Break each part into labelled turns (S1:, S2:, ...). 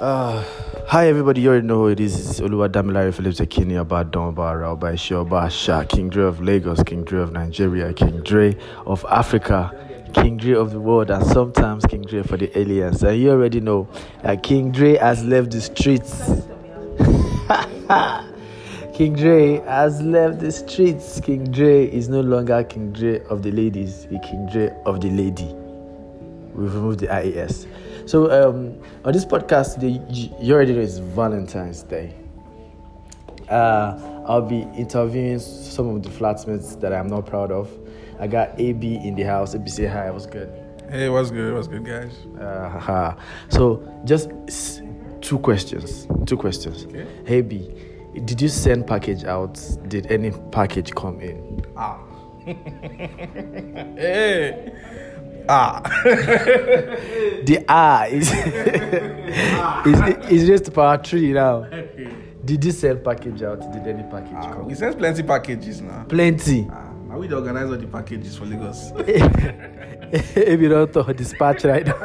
S1: Uh, hi everybody, you already know who it is. It's Oluwa Damilare Phillips Akini Abadon Barao by Shobasha, King Dre of Lagos, King Dre of Nigeria, King Dre of Africa, King Dre of the world, and sometimes King Dre for the aliens. And you already know that King Dre has left the streets. King Dre has left the streets. King Dre is no longer King Dre of the ladies, he's King Dre of the lady. We've removed the IES. So um, on this podcast today, you- you already know it's Valentine's Day. Uh, I'll be interviewing some of the flatmates that I'm not proud of. I got AB in the house. AB say hi. What's good?
S2: Hey, what's good? What's good, guys?
S1: Uh, haha. so just s- two questions. Two questions.
S2: Okay.
S1: Hey B, did you send package out? Did any package come in?
S2: Ah. hey. Ah.
S1: The R is is is just power three now. Did you send package out? Did any package
S2: Ah,
S1: come?
S2: we send plenty packages now.
S1: Plenty.
S2: Ah, now we dey organize all the packages for Lagos.
S1: if you don't talk dispatch right now.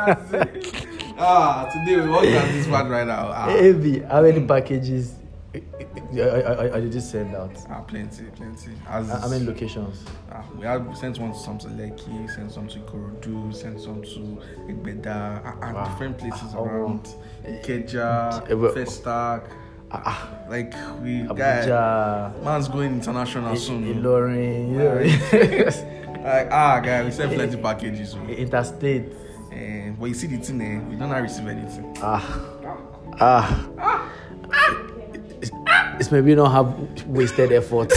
S2: ah, today we organize this one right now. Ah,
S1: Heavy, how many packages I, I, I, I did you send out?
S2: ah plenty, plenty. As
S1: How many locations?
S2: ah, we have we sent one to some to Lekki, sent some to Korodu, sent some to Igbeda, ah, ah, different places
S1: Oh.
S2: around Ikeja,
S1: Eh, well-
S2: Festac. Like we guys,
S1: Abuja,
S2: man's going international soon. oh.
S1: Ilorin, you know,
S2: like ah guy we send plenty packages o
S1: interstate.
S2: eh but you see the thing eh we don not receive anything.
S1: Ah, ah. It's- It's maybe not have wasted effort.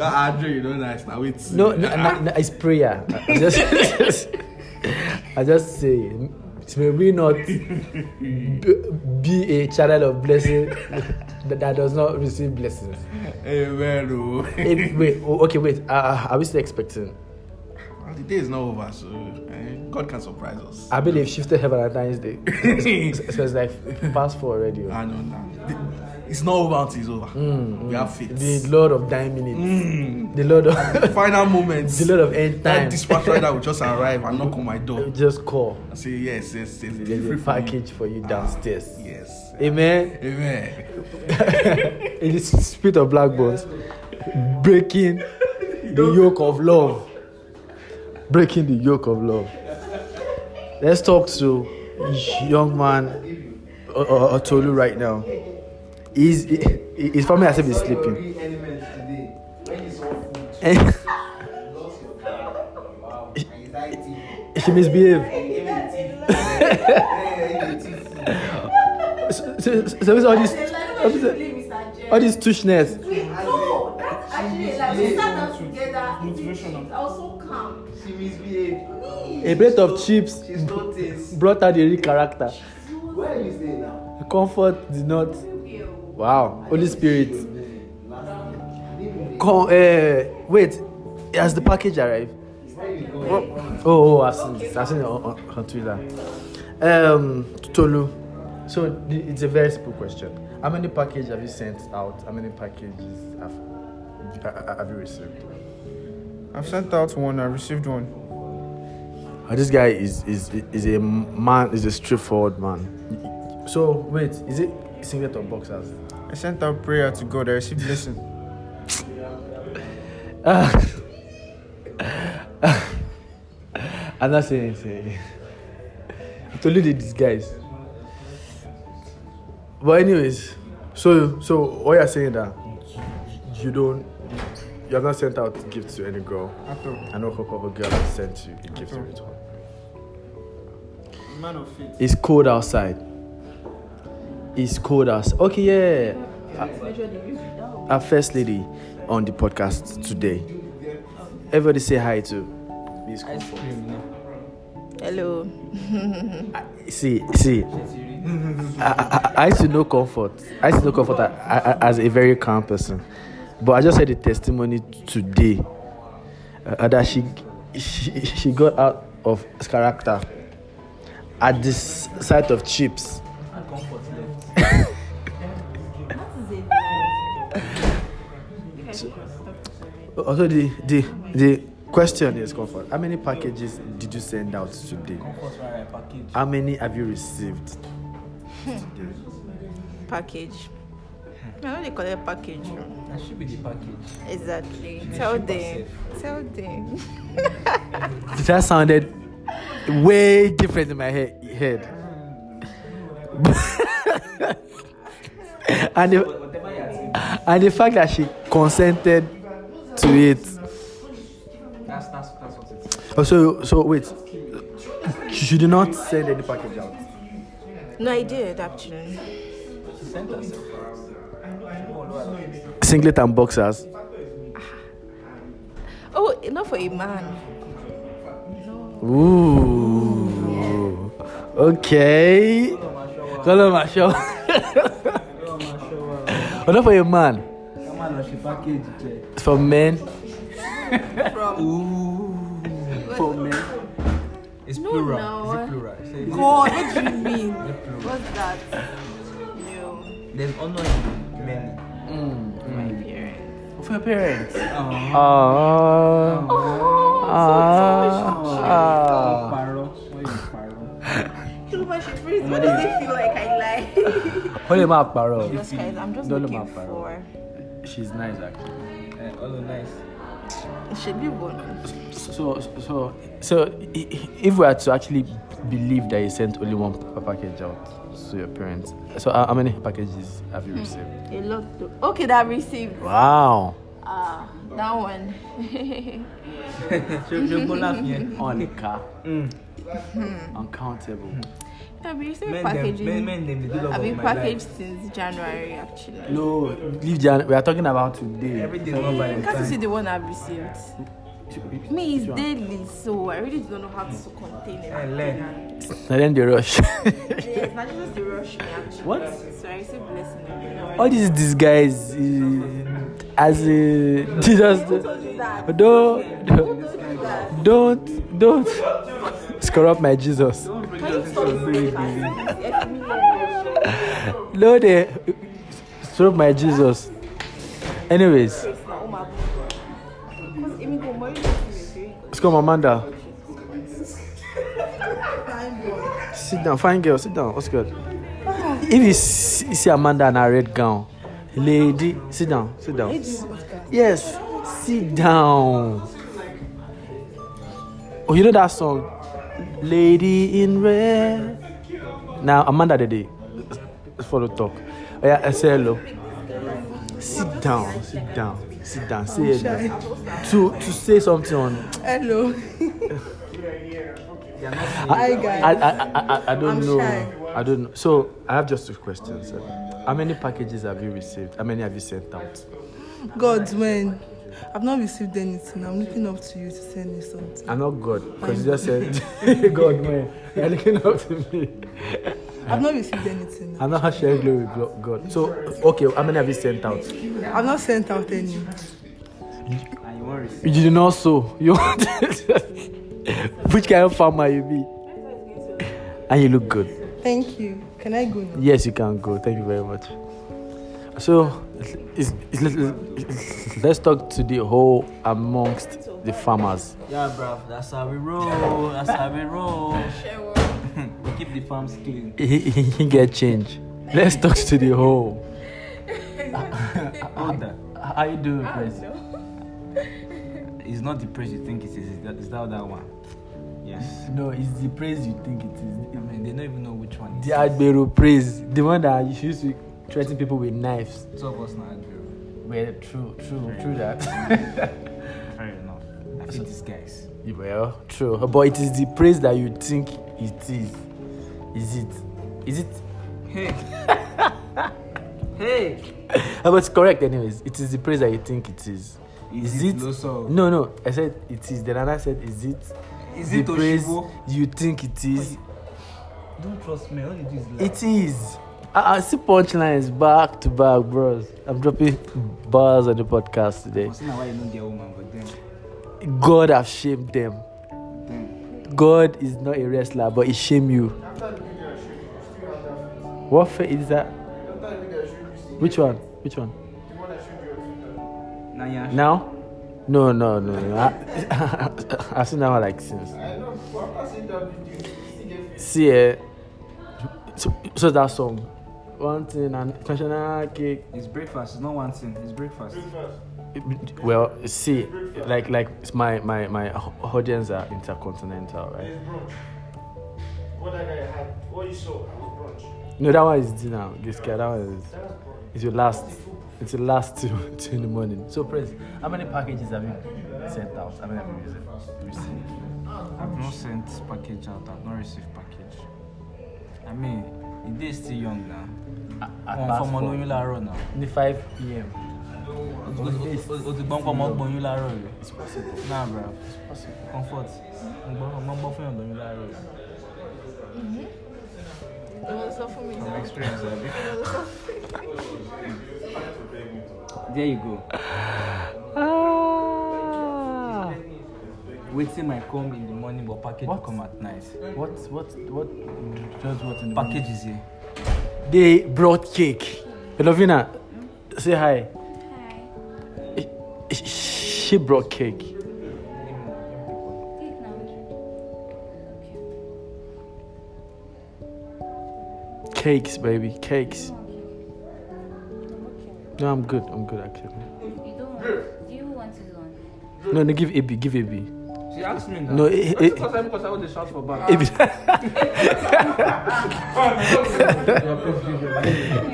S2: ah andre you no nice na wait.
S1: No, no, no, no, it's prayer. I just, I just say, it may we not b- be a channel of blessing that, that does not receive blessings.
S2: amen o.
S1: It, wait, oh, okay, wait. Uh, are we still expecting?
S2: the day is not over so eh god can surprise us.
S1: I believe shifted heaven and Valentine's Day. So, so it's like past four already.
S2: ah no na the- it's not over until it's over. Mm, we have faith.
S1: The Lord of dying minutes.
S2: mm,
S1: The Lord of
S2: final moment.
S1: the Lord of end
S2: that
S1: time.
S2: dispatch rider will just arrive and knock on my door
S1: Just call.
S2: and say yes yes yes
S1: There's a
S2: delivery for me." Ah,
S1: package for you downstairs.
S2: yes
S1: Amen.
S2: amen.
S1: in the spirit of black bones, breaking the yoke of love. Breaking the yoke of love. Let's talk to young man O- O- Otolu right now. He's, he, he- his family has been sleeping. And she misbehaved. So, so, so, so all this, all this tushness.
S3: No, that's actually like we sat down together. Motivational. I was so calm.
S4: She misbehaved.
S3: Me.
S1: A plate of chips
S4: She stole things.
S1: brought out the real character.
S4: Where are you staying now?
S1: Comfort did not.
S3: Will.
S1: Wow. Holy Spirit.
S4: Last week.
S1: Con, uh, wait, has the package arrived?
S4: Where you going?
S1: Oh, oh I've seen this. I've seen it on, on, on Twitter. Um, Tolu. So the- it's a very simple question. How many packages have you sent out? How many packages have ha- ha- have you received?
S5: I've sent out one. I received one.
S1: Uh, this guy is is is a man. Is a straightforward man. So wait, is it singlet or boxers?
S5: I sent out prayer to God. I received blessing.
S1: I'm not saying anything. Tolu did these guys. But anyways, so so what you're saying that you don't you have not sent out gifts to any girl.
S5: At all.
S1: I know a couple of girls have sent you a gift in return.
S5: Man of faith.
S1: It's cold outside. It's cold outside. Okay, yeah. Our first lady on the podcast today. Everybody say hi to Miss Comfort.
S3: Hello.
S1: See, see. I, I, I used to know comfort. I used to know comfort a- a- a- as a very calm person, but I just had a testimony today uh, that she, she she got out of character at this sight of chips. Also, the the the Question is, Comfort, how many packages did you send out today?
S2: Comfort wire package.
S1: How many have you received today?
S6: package. I know they call it é package.
S2: That should be the É package.
S6: Exactly. Tell them. Tell them.
S1: That sounded way different in my he- head. and, the,
S2: Whatever you are saying,
S1: and the fact that she consented to it.
S2: that's that's that's what it is.
S1: Oh, so, so wait. She did not send any package out.
S6: No, I did actually.
S2: She sent herself. Oh,
S1: Singlet and boxers.
S6: Oh, not for a man.
S1: Ooh. Okay. Color my show. But not for a man.
S2: Come on, she package.
S1: It's for men.
S2: For me. It's
S6: No,
S2: plural.
S6: no.
S2: Is it plural? Say it.
S6: God, what do you mean?
S2: Is it plural?
S6: What's that? No,
S2: There's only many.
S6: my parents.
S1: For your parents. Ah.
S2: Oh.
S1: Oh. Ah.
S2: Paro. Ah. Why you paro?
S6: Too much freeze. What does it feel like I lie?
S1: Holy map, Paro.
S6: just guys, I'm just
S1: Don't look
S6: looking
S1: my paro.
S6: for.
S1: She's nice, actually.
S2: Eh, All nice.
S6: It should be one.
S1: So, so, so, i- i- if we are to actually believe that you sent only one pa- package out to your parents, so how how many packages have you received?
S6: A lot. To... Okay, that received.
S1: Wow.
S6: Ah, that one.
S2: Je je bon la fille.
S1: On the car.
S2: Mm.
S1: Hmm. Uncountable.
S6: I've been receiving
S2: Men dem,
S6: packages.
S2: men men dem dey do love
S6: I've
S2: of
S6: been
S2: my
S6: packaged
S2: life.
S6: since January actually.
S1: No, leave Jan. We are talking about today.
S2: Every day is not
S6: Can't you see
S2: Valentine.
S6: the one I've received? Me is daily, so I really don't know how to contain it.
S2: Eh, learn.
S1: And then they rush.
S6: Yes, not just to rush me actually.
S1: What?
S6: So I receive blessing every now and
S1: All these these guys, eh, as eh, Jesus,
S6: Who told you that?
S1: don't,
S6: Who
S1: don't,
S6: told you that?
S1: don't, don't screw up my Jesus.
S2: Don't bring
S6: Can you
S2: yourself
S6: stop
S2: to
S6: saying
S2: spirit.
S6: that? Yes, me, yes,
S1: No, they screw up my Jesus. Anyways,
S6: yes. Oh my God. Because even though Mori is very good,
S1: let's go, Amanda. Sit down, fine girl, sit down. What's good? If you see see Amanda in a red gown, lady, sit down, sit down. Yes, sit down. Oh, you know that song, Lady in Red. Now Amanda the day, follow talk. Oh, yeah, I say hello. Sit down, sit down, sit down. Say hello. To to say something on.
S7: Hello. Hi guys.
S1: I, I, I, I, I don't
S7: I'm
S1: know.
S7: shy.
S1: I don't know. So I have just two questions. How many packages have you received? How many have you sent out?
S7: God, man. I've not received anything. I'm looking up to you to send me something.
S1: I'm not God, because you just said God, man. You're looking up to me.
S7: I've not received anything.
S1: I'm not sharing glory with glo- God. So okay, how many have you sent out?
S7: I've not sent out any.
S2: And you wan receive.
S1: You did not sow. You want which kind of farmer you be? And you look good.
S7: Thank you. Can I go now?
S1: Yes, you can go. Thank you very much. So, it's, it's, let's- let's talk to the whole amongst the farmers.
S2: Yeah, bruv, that's how we roll. That's how we roll. we keep the farms clean.
S1: He, he, he get change. Let's talk to the whole.
S2: Order.
S1: How you doing, Chris?
S2: It's not the praise you think it is. It's that, it's that that one. Yes.
S1: No, it's the praise you think it is.
S2: I mean, they don't even know which one it
S1: The Admiral praise, the one that you used to threaten people with knives.
S2: is. Two of us now agree.
S1: Well, true, true, true that.
S2: Fair enough. I see these guys.
S1: well, true. But it is the praise that you think it is. Is it? Is it?
S2: Hey. hey.
S1: Uh, but it's correct, anyways. It is the praise that you think it is.
S2: Is it low salt?
S1: No, no. I said it is. Then Anna said, "Is it
S2: Is
S1: the
S2: it
S1: praise
S2: Oshibo?
S1: you think it is?
S2: Don't trust me. All you do is lie.
S1: It is." I, I see punchlines back to back, bros. I'm dropping bars on the podcast today.
S2: Must know why you don't get woman, but then.
S1: God have shamed them. God is not a wrestler, but he shame you. What faith is that? Which one? Which one?
S2: Now, yeah.
S1: Now? No, no, no. no. I, I've seen that one like since.
S8: I know, but after seeing that video, you still get
S1: See, eh, so, so that song. One thing, an international cake.
S9: It's breakfast. It's not one thing. It's breakfast.
S1: Well, see, like, like it's my, my, my audience are intercontinental, right?
S8: What that guy had, what you saw was brunch.
S1: No, that one is dinner. This guy, that one is. It's your last. It's your last two, two in the morning. So, Prince, how many packages have you sent out? How many have you received? received?
S9: I've not sent package out. I've not received package. I mean, it is still young now. Wọ́n fọmọ lóyún láàárọ̀ náà.
S1: Ní 5 p.m.
S9: O ti gbọ́n pọ̀ mọ́ gbọ́yún láàárọ̀ rẹ̀. Nah bro, comfort. Mo gbọ́ mo gbọ́ fún yàn lóyún láàárọ̀ rẹ̀.
S10: Ìwọ sọ fún mi náà.
S9: Experience eh? abi. There you go.
S1: Ah.
S9: Wetin might come in the morning but package will come at night.
S1: What, what, what, just what in the morning?
S9: Package is here.
S1: They brought cake. Lovina, say hi.
S11: Hi.
S1: She brought cake.
S11: Take now.
S1: Cakes, baby, cakes.
S11: You
S1: No, I'm good. I'm good actually.
S11: don't want. Do you want to do one?
S1: No, no, give AB, give AB.
S9: She asked me
S1: No, eh, eh, eh,
S9: because I would dey shout for back.
S1: AB.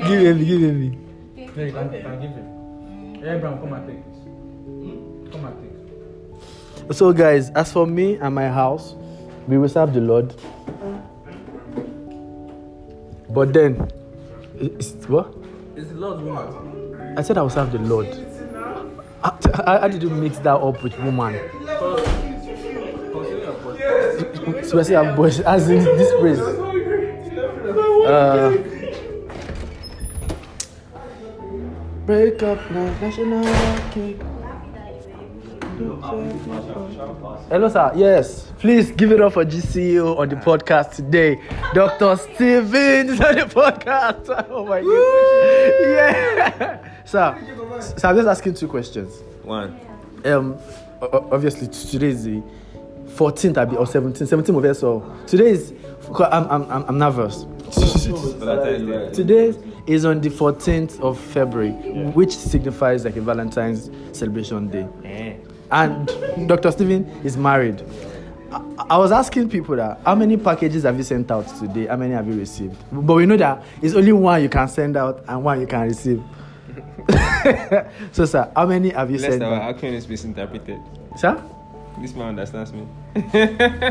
S1: give AB, give AB.
S9: Yeah, you can, you can give him. Yeah, Abraham, come and take this. Come and take.
S1: So, guys, as for me and my house, we will serve the Lord. But then, is, is- what?
S9: It's the Lord's woman.
S1: I said I will serve the Lord. How, how how did you mix that up with woman?
S9: Continue your point.
S1: Especially I'm boys, as in this place. Uh, break up now, national cake. Hello, sir. Yes, please give it up for GCO on the podcast today. Dr. Steven is on the podcast. Oh my god. Yeah. sir, so I'm just asking two questions.
S12: One.
S1: Um, o- o- obviously t- today is the 14th, I be or 17th, 17th of so today is. 'cause I'm I'm I'm, I'm nervous.
S12: Valentine's Day.
S1: Today is on the 14th of February, which signifies like a Valentine's celebration day. And Dr. Steven is married. I, I was asking people that how many packages have you sent out today? How many have you received? But we know that it's only one you can send out and one you can receive. so, sir, how many have you
S12: Lester,
S1: sent out?
S12: how can this be misinterpreted?
S1: Sir?
S12: This man understands me.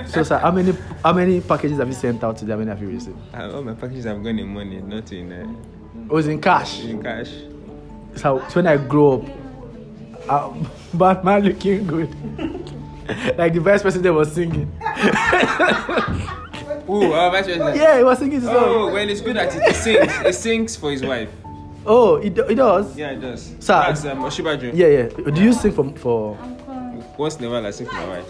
S1: So sir, how many how many packages have you sent out today? How many have you received?
S12: Ah, All my packages have gone in money, not in uh,
S1: It was in cash.
S12: in cash.
S1: So when I grow up, i bad man looking good. like the vice president was singing.
S12: Ooh, our vice president.
S1: Yeah, he was singing the
S12: Oh,
S1: song.
S12: well, it's good that it sings. It sings for his wife.
S1: Oh, it, do- it does.
S12: Yeah, it does.
S1: Sir.
S12: That's um, Oshibaju.
S1: Yeah, yeah. Do you sing for for?
S12: Once in a while, I sing for my wife.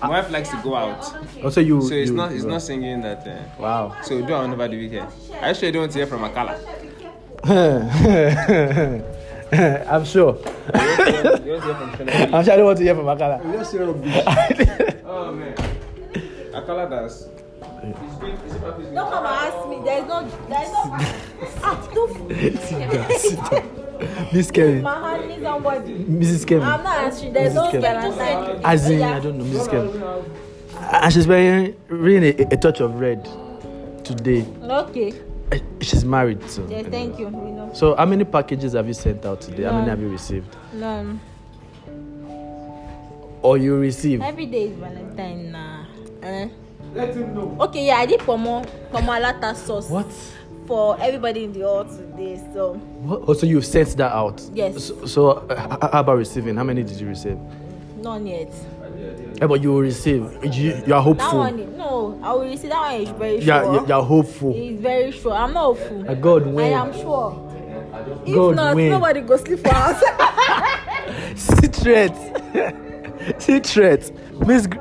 S12: My wife likes to go out,
S1: Oh, so you.
S12: so it's
S1: you-
S12: not it's not singing that. Uh,
S1: Wow.
S12: so we do our own over the weekend. I actually don't want to hear from Akala.
S1: I'm sure.
S12: You want to hear from Shona?
S1: I'm sure I don't want to hear from Akala.
S12: Just hear from Oh man, Akala does. It's good. It's good.
S6: Don't come and ask me. There's no, there's no. ah, don't.
S1: Miss Kevin.
S6: My hand is on body.
S1: Mrs. Kevin.
S6: I'm not answering. There's no
S1: Kevin.
S6: Valentine.
S1: As in, I don't know, Mrs. Kevin. And she's wearing really a, a touch of red today.
S6: Okay.
S1: Eh, She's married, so.
S6: Yeah, thank you. We know.
S1: So, how many packages have you sent out today? How many
S6: None.
S1: have you received?
S6: None.
S1: Or you received?
S6: Every day is Valentine na. Eh? Okay, yeah, I did pomo pomo alata sauce
S1: What?
S6: for everybody in the hall today. So
S1: what? Oh, so you've sent that out?
S6: Yes.
S1: So, so uh, h- h- how about receiving? How many did you receive?
S6: none yet.
S1: Yeah, but you will receive. You, you are
S6: That
S1: hopeful.
S6: one, is- no, I will receive that one. Is very
S1: You are,
S6: sure.
S1: you- you are hopeful.
S6: He's very sure. I'm not hopeful.
S1: Uh, God
S6: I
S1: win.
S6: am sure. If
S1: God
S6: not,
S1: win.
S6: nobody go sleep for us.
S1: Secret. Secret. Miss. Gr-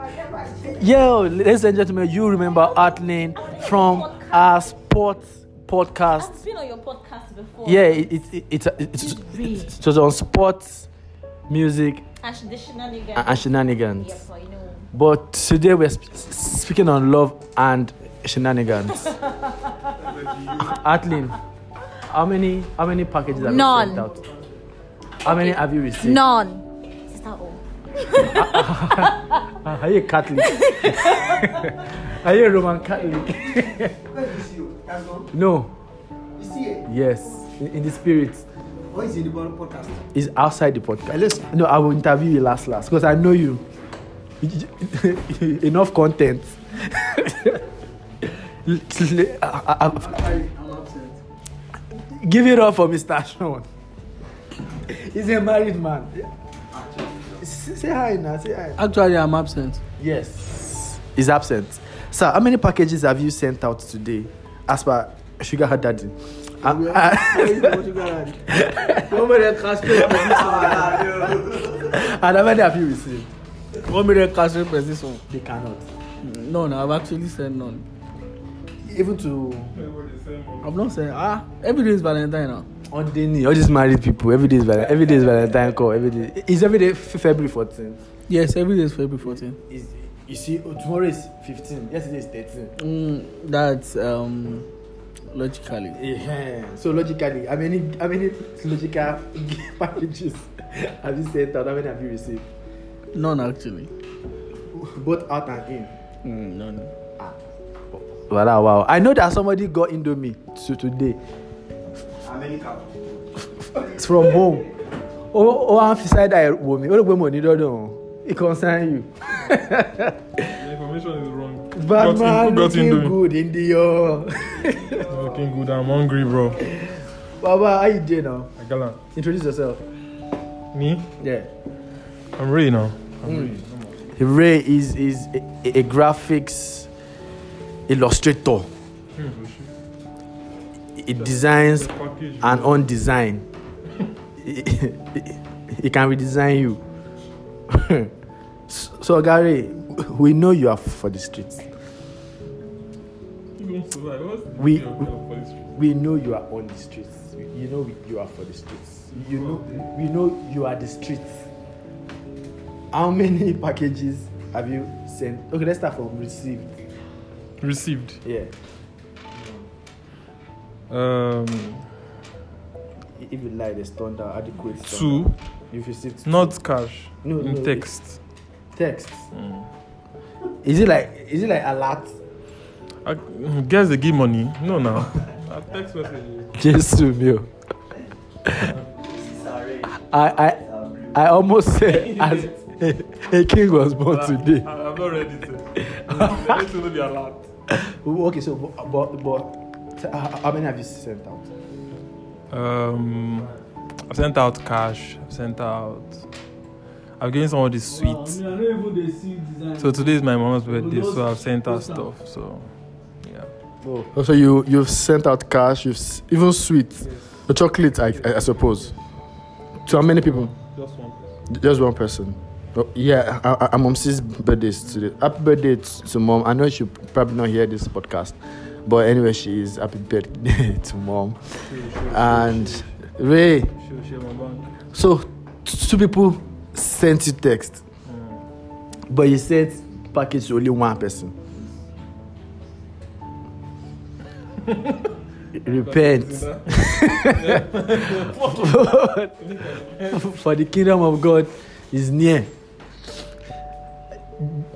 S1: Yo, ladies and gentlemen, you remember Artlane from our sports podcast.
S6: I've been on your podcast before.
S1: Yeah, it, it, it, it, it, it, it was on sports, music,
S3: Ash, the shenanigans.
S1: and, and shenanigans.
S3: Yeah, for you know.
S1: But today we're sp- speaking on love and shenanigans. Atlin, how many how many packages have
S3: None.
S1: you sent out? How many have you received?
S3: None. Sister O.
S1: Ah, are you a Catholic? are you a Roman Catholic? no. Yes, in, in the spirit. Is outside the podcast. No, I will interview you last last because I know you. Enough content. I- I- I- Give it up for Mr. Sean. He's a married man. S- Say hi now. Say hi.
S13: Actually, I'm absent.
S1: Yes. He's absent. Sir, how many packages have you sent out today? As per Sugar Her Daddy. Ah, ah, and how many have you received?
S13: One million cash per this one.
S1: They cannot.
S13: No, no, I've actually said none.
S1: Even to
S13: I've not said ah. Every day is Valentine now.
S1: on day knee, all these married people, every day is Valentine, every day is Valentine call, every day. Is every day Fe- February 14th?
S13: Yes, every day is February 14.
S1: Is you see, oh, tomorrow is 15. Yesterday is 13.
S13: Mm, that's um logically.
S1: Yeah. So logically, how many how many logical packages have you sent out? How many have you received?
S13: None actually.
S1: Both out and in. Ah,
S13: Mm, none.
S1: Wow, Hmm, wow. I know that somebody got Indomie to today It's from home. Oh, oh, I'm beside that woman. Oh, woman, you don't know. It concern you.
S8: The information is wrong.
S1: Bad man
S8: got in,
S1: looking
S8: who
S1: good in the yard.
S8: got in Looking good. I'm hungry, bro.
S1: Baba, how you doing now?
S8: Agala.
S1: Introduce yourself.
S8: Me?
S1: Yeah.
S8: I'm ready now.
S1: Ray is is a, a- a graphics illustrator. It designs
S8: Ah.
S1: and undesign. It can redesign you. so, so Gary, we know you are for the streets. We- We know you are on the streets. We- You know we- you are for the streets. You know we know you are the streets. How many packages have you sent? Okay, let's start from received.
S8: Received.
S1: Yeah.
S8: Um,
S1: If you lie, there's thunder adequate.
S8: two.
S1: Thunder. You've received two.
S8: Not cash.
S1: No,
S8: in
S1: no,
S8: text.
S1: text. Is it like is it like a lot?
S8: I, guys, they give money. No, now. text message.
S1: Jesus mio. I I I almost said as a, a king was born today.
S8: I'm not ready to. I'm ready to know their lot.
S1: Okay, so but but, but uh, how- how many have you sent out?
S8: Um, I've sent out cash. I've sent out. I've given someone this sweet. So today is my mom's birthday, so I've sent her stuff. So, yeah.
S1: Oh,
S14: So you you've sent out cash, you've s- even sweet, the chocolate, I, I I suppose. To how many people?
S8: Just one.
S14: Just one person. Oh, yeah, I, I, I'm on sis birthday today. Happy birthday t- to mom. I know she probably not hear this podcast, but anyway, she is happy birthday to mom. And Ray,
S8: She'll share my bank.
S14: so t- two people sent you text,
S1: but you sent package to only one person. Repent. For the kingdom of God is near.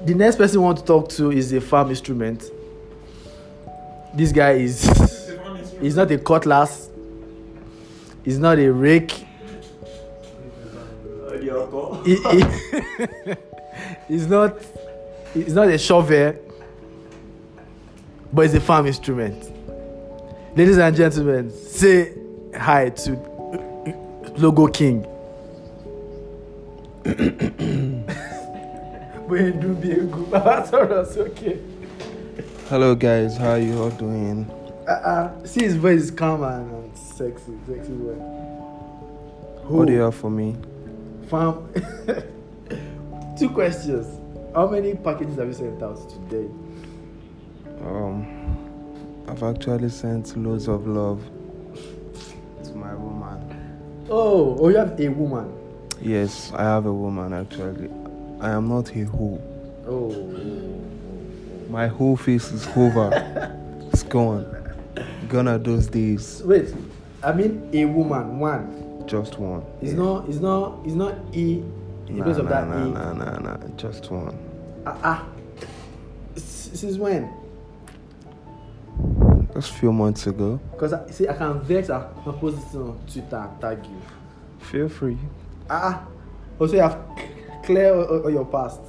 S1: The next person we want to talk to is a farm instrument. This guy is he's not a cutlass. He's not a rake. He- he- he's not he's not a shovel, but it's a farm instrument. Ladies and gentlemen, say hi to Logo King. Wait, do be a good Baba okay.
S12: Hello guys, how you all doing?
S1: Uh uh. See his voice is calm and um, sexy, sexy boy.
S12: What do you have for me?
S1: Farm. Two questions. How many packages have you sent out today?
S12: Um, I've actually sent loads of love to my woman.
S1: Oh, oh, you have a woman.
S12: Yes, I have a woman actually. I am not a hoe.
S1: Oh.
S12: My whole face is over. it's gone. Gone are those days.
S1: Wait, I mean a woman, one.
S12: Just one.
S1: It's not, it's not, it's not E in the
S12: Nah,
S1: place of
S12: nah,
S1: that
S12: nah,
S1: E.
S12: nah, nah, nah. Just one.
S1: Ah, ah. S- Since when?
S12: Just few months ago.
S1: Because, I, see, I can vex I can post this on Twitter and tag you.
S12: Feel free.
S1: Ah, ah. Also, you have c- clear all, all- all your past.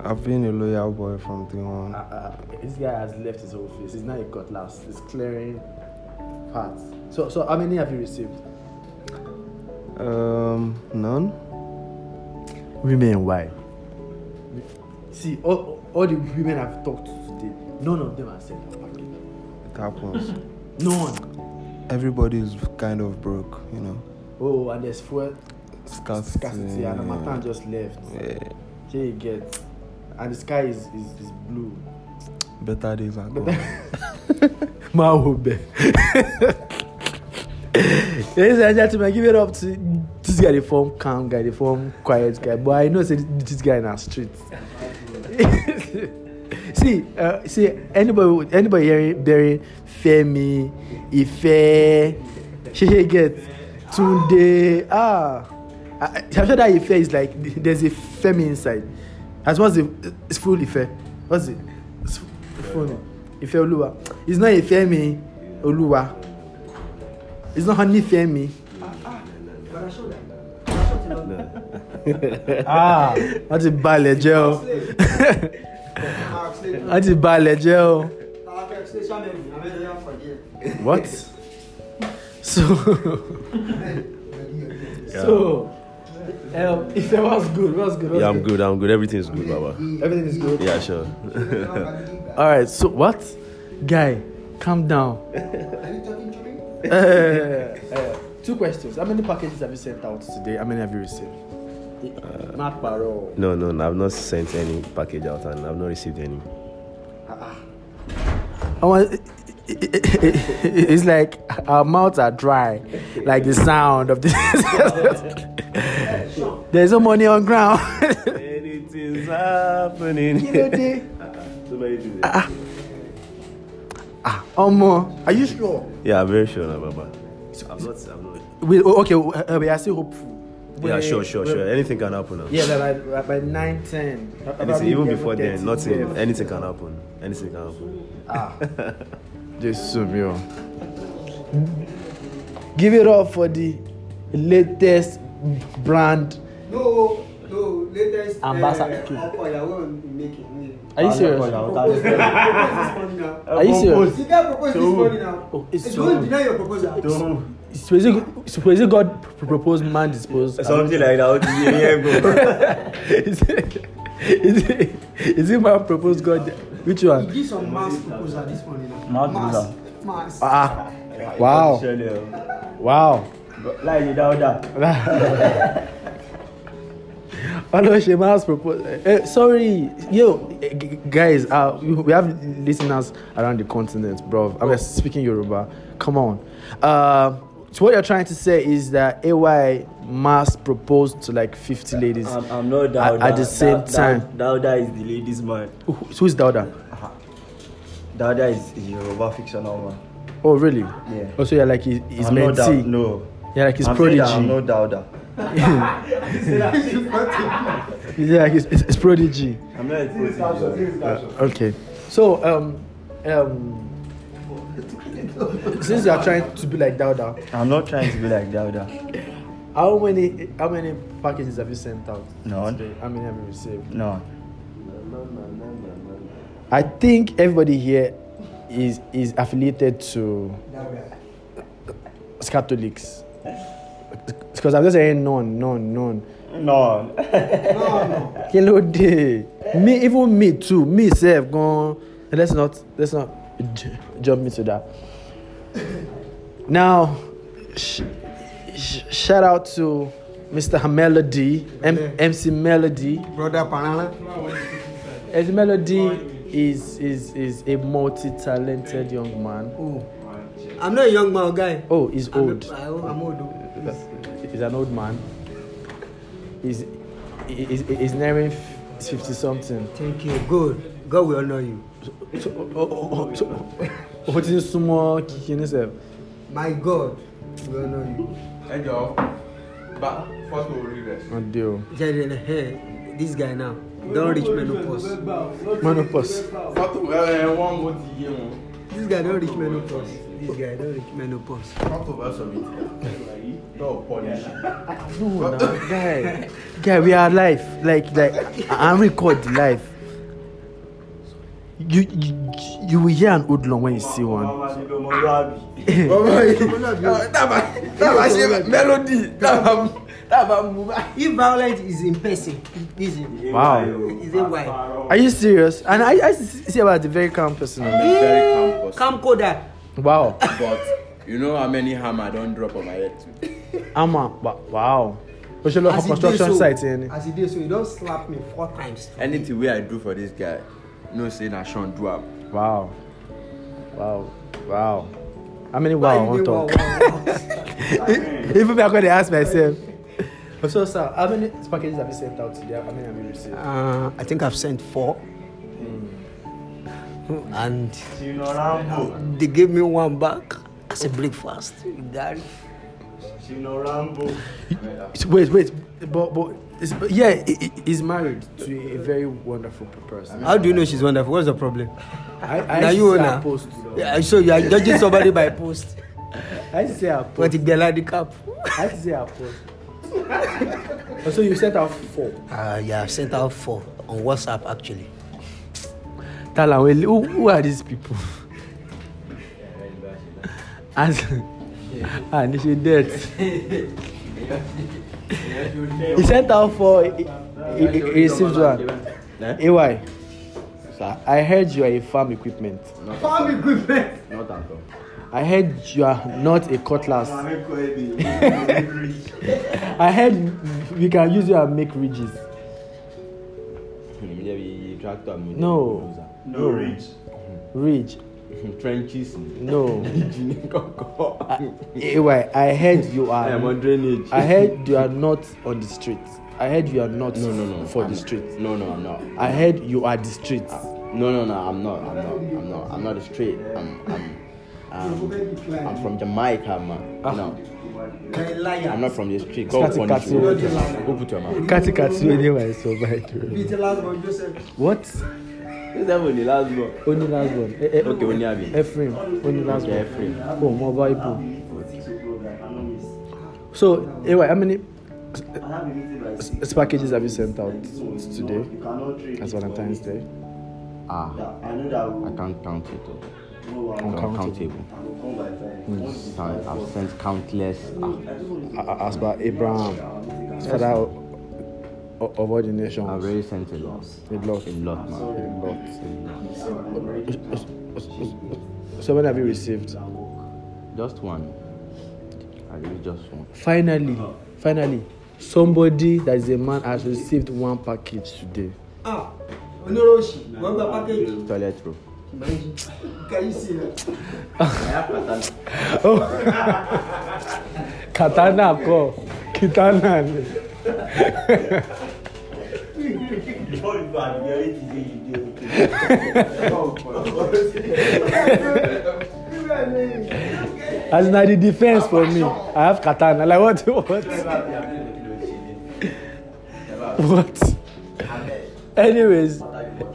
S12: I've been a loyal boy from day one.
S1: Ah, ah. This guy has left his whole face. He's not a cutlass. He's clearing parts. So, so how many have you received?
S12: Um, none.
S1: Women, why? See, all, all the women I've talked to today, none of them have said that package.
S12: It happens.
S1: None.
S12: Everybody is kind of broke, you know.
S1: Oh, and there's fuel
S12: Scarcity.
S1: scarcity, and Amatan just left.
S12: Yeah.
S1: Here you get. And the sky is, is, is blue.
S12: Better days are gone.
S1: Mahube. Ladies and gentlemen, give it up to this guy, the form calm guy, the form quiet guy. But I know say this guy in our street. see, uh, see anybody anybody hearing bearing Femi, Ife, she get Tunde. Ah, I, I'm sure that Ife is like there's a Femi inside. As what's the it's full Ife? What's it? It's full name. Ife Oluwa. It's not Ifemi Oluwa. It's not Honey Femi. ah wọ́n ti ba ilẹ̀ jẹ́ o wọ́n ti ba ilẹ̀ jẹ́ o what so so um, if it was good was good was
S15: Yeah, I'm
S1: good.
S15: good. I'm good. Everything's good, Baba.
S1: Everything is good.
S15: Yeah, sure.
S1: all right so what guy calm down uh, uh, two questions how many packages have you sent out today how many have you received uh, not paro
S15: no, no, no. I've not sent any package out, and I've not received any.
S1: I want, it's like our mouths are dry, like the sound of the. There's no money on ground.
S15: Anything's happening.
S1: You know, they-
S15: So many things.
S1: Omo, are you sure?
S15: Yeah, I'm very sure, now, Baba. I'm not. I'm not.
S1: We, oh, okay, we- uh, we are still hopeful.
S15: Yeah,
S1: We-
S15: sure, sure,
S1: we-
S15: sure. Anything can happen now.
S1: Yeah, like, like by 9, 10.
S15: Anything, even before then, nothing. Anything can happen. Anything can happen.
S1: Ah.
S14: Just sue me. oh.
S1: Give it up for the latest brand.
S16: No, no, latest
S1: Ambassador.
S16: Uh, ọkọ ìyàwó mi make it. me.
S1: Are you serious?
S16: Propose this morning now.
S1: Are you serious?
S16: You can't propose this morning now.
S1: Oh, it's
S16: Don't
S1: true.
S16: deny your proposal.
S1: Supposing God proposed, man disposed.
S15: Something like that. Yeah, yeah,
S1: is, it, is, it, is it man proposed God? Which
S16: He
S1: one?
S16: did some mass proposal this morning now.
S1: Mass
S16: mass. Mass.
S1: Ah, wow. Wow.
S15: Like you down
S1: Oloshe man's proposed. Eh, sorry, yo, eh, g- g- guys, uh, we we have listeners around the continent, bro. I'm just speaking Yoruba. Come on. Uh, so what you're trying to say is that AY must propose to like 50 ladies
S17: I'm, I'm not
S1: at,
S17: Dauda.
S1: at the same time.
S17: Dauda, Dauda is the ladies' man.
S1: Who- Who's Dauda?
S17: Dauda is a Yoruba fictional man.
S1: Oh, really?
S17: Yeah.
S1: Oh, so you're like his, his
S17: I'm not
S1: mentee?
S17: Dau- no.
S1: You're like his
S17: I'm saying
S1: prodigy.
S17: that I'm not Dauda.
S1: You're like his, his, his prodigy.
S17: I'm not a prodigy.
S1: Uh, okay. So, um, um, since you are trying to be like Dauda,
S17: I'm not trying to be like Dauda.
S1: how many how many packages have you sent out?
S17: None.
S1: today? How many have you received?
S17: No.
S1: I think everybody here is is affiliated to Catholics. Because I'm just saying none, none, none.
S17: No.
S1: Kí ló dé? Me, even me too, me sef gan. Let's not let's not j- jump into that. Now, sh- sh- shout out to Mr. Melody, M- MC Melody.
S16: Brother Panala.
S1: MC Melody is is is a multi-talented young man.
S16: I'm not a young man, guy.
S1: Oh, he's
S16: I'm
S1: old.
S16: A, I, I'm old. oh.
S1: He's an old man. He's he- he's, he's nearing fifty something.
S12: Thank you. Good. God will honor you.
S1: Oh, Ó ti ń súnmọ́ kíkí nísẹ̀.
S12: My God will honor you.
S2: Hey, yo. Back. First, we'll read it.
S1: Wọ́n dé o.
S12: Jẹ́rẹ̀ hey, eh, this guy now don reach menopause.
S1: Menopause.
S2: Fọ́tò ẹ wọ́n mo ti yé wọn.
S12: This guy don reach menopause. This guy don reach menopause.
S2: Fọ́tò bá sọ mi ti yé. Don't punish.
S1: No, now, guy, guy, we are live. Like, like, I- I'm record live. You, you, you will hear an old long when you see one.
S18: Mama, you don't want to
S1: Eh,
S18: That was
S12: your
S1: melody.
S12: If violence is in person, it is in.
S1: Wow.
S12: Is it why?
S1: Are you serious? And I, I see about the very calm person.
S2: Very calm person.
S12: Calm coda.
S1: Wow.
S2: But you know how many hammer I don't drop on my head today.
S1: Ama, wa- wow. We should look
S12: As
S1: for
S12: he dey
S1: construction
S12: so-
S1: site. eh, ni.
S12: As he did so, he don slap me four times.
S2: Anything wey I do for this guy, no say na Sean do am.
S1: Wow. Wow. Wow. How many
S12: Oh,
S1: wow I want talk? Even me, I got to ask myself. So, sir, how many packages have you sent out today? How many have you received?
S12: Uh, I think I've sent four. And they gave me one back as a breakfast. Gary.
S1: So wait, wait, but but it's, but yeah, he- he- he's married to a very wonderful person.
S12: How do you know she's wonderful? What's the problem?
S1: I, I
S12: Now
S1: see
S12: you
S1: her
S12: now.
S1: post.
S12: Yeah, so you are judging somebody by post.
S1: I see her
S12: But
S1: post.
S12: it be like the cap.
S1: I see her post. Oh, so you sent out four.
S12: Uh, yeah, I've sent out four on WhatsApp actually.
S1: Tala, well, who, who are these people? As ah, and she dead. He sent out four. He, he, he received one. Eh? Ay,
S2: Sir?
S1: I heard you are a farm equipment.
S2: Farm equipment. Not at all.
S1: I heard you are not a cutlass. I heard we can use you and make ridges.
S2: Maybe tractor. maybe
S1: No.
S2: No ridge.
S1: Ridge.
S2: Trenches.
S1: No. Ay, Eh, I heard you are.
S2: I am on drainage.
S1: I heard you are not on the street. I heard you are not
S2: No, no, no.
S1: for
S2: I'm- Ah,
S1: the street.
S2: No, no, I'm not.
S1: I heard you are the street.
S2: No, no, no. I'm not. I'm not. I'm not. I'm not straight. I'm. I'm. Um, I'm from Jamaica, man.
S1: Ah.
S2: No. I'm not from the street. God
S1: Kati
S2: punish you.
S1: Kati.
S2: Open to your mouth.
S1: Kati Kati anyway, so by the way.
S12: the last one, Joseph.
S1: What?
S2: Is that only last one?
S1: Only last one. Eh, eh,
S2: Okay, only Abi.
S1: Ephraim. Only last
S2: Okay,
S1: one.
S2: Ephraim.
S1: Oh, mobile people. So, anyway, how many s- s- packages have you sent out today? As Valentine's Day.
S2: Ah, I can't count it. oh.
S1: Uncountable.
S2: Uncountable. So I've sent countless.
S1: Hmm.
S2: ah.
S1: A- As by Abraham, his father o- o- of all the nations.
S2: I've already sent a lot.
S1: A lot.
S2: A lot, man. A
S1: So, when have you received?
S2: lot. Just one. I really just one.
S1: Finally, finally, somebody that is a man has received one package today.
S12: Ah, Onoroshi, you want the package?
S2: Toilet roll.
S12: Can you see that?
S1: oh. katana kọ kitana ni. as na the defence for me i have katana like what what what anyways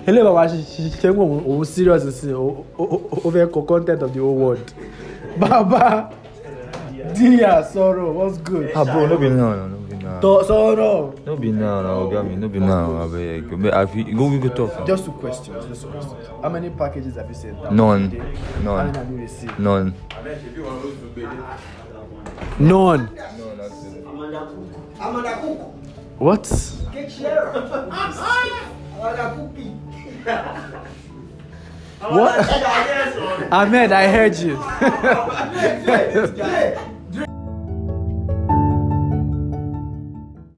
S1: ele baba segun òun òun serious nsin o o- o fẹ kọ content of the whole world baba diya sọrọ what's good.
S19: Ah, bro, no be now, no, no be now.
S1: tọ sọrọ.
S19: No be now, no, oga mi, no be now, abeg. Abeg, I fit- go, we go talk now.
S1: Just two questions. Just two questions. How many packages have you sent out?
S19: None.
S1: today? How
S19: None.
S1: many have you received?
S19: None.
S1: None.
S12: Amanda Cook.
S1: What?
S12: Cake share. Amanda Cookie.
S1: What? Ahmed, I heard you.